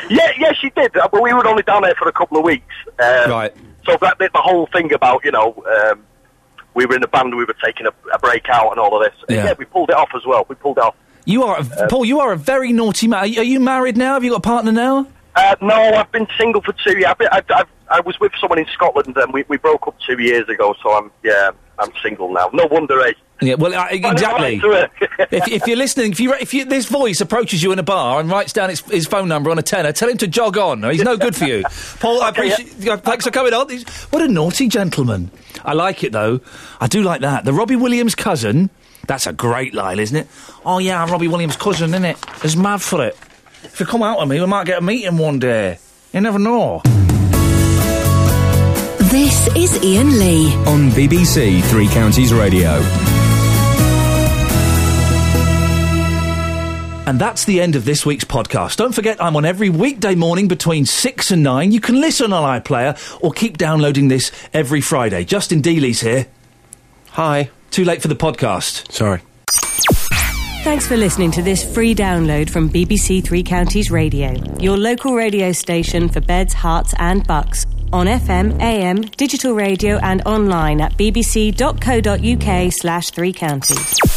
Yeah, yeah, she did. Uh, But we were only down there for a couple of weeks. Um,
right.
So that bit, the whole thing about you know, um, we were in a band, we were taking a, a break out, and all of this.
Yeah.
yeah, we pulled it off as well. We pulled it off.
You are, a,
Uh,
Paul, you are a very naughty man. Are you, are you married now? Have you got a partner now?
Uh, no, I've been single for two years. I've been, I've, I've, I was with someone in Scotland, and we, we broke up two years ago. So I'm yeah, I'm single now. No wonder, eh?
Yeah, well, I, exactly.
Well,
if, if you're listening, if you if you, this voice approaches you in a bar and writes down his, his phone number on a tenner, tell him to jog on. or He's no good for you, Paul. I appreciate. Thanks for coming on. He's- What a naughty gentleman. I like it though. I do like that. The Robbie Williams cousin. That's a great line, isn't it? Oh yeah, I'm Robbie Williams' cousin, isn't it? Is mad for it. If you come out with me, we might get a meeting one day. You never know.
This is Ian Lee.
On BBC Three Counties Radio.
And that's the end of this week's podcast. Don't forget, I'm on every weekday morning between 6 and 9. You can listen on iPlayer or keep downloading this every Friday. Justin Deely's here. Hi. Too late for the podcast. Sorry.
Thanks for listening to this free download from BBC Three Counties Radio, your local radio station for beds, hearts, and bucks. On FM, AM, digital radio, and online at bbc.co.uk/slash three counties.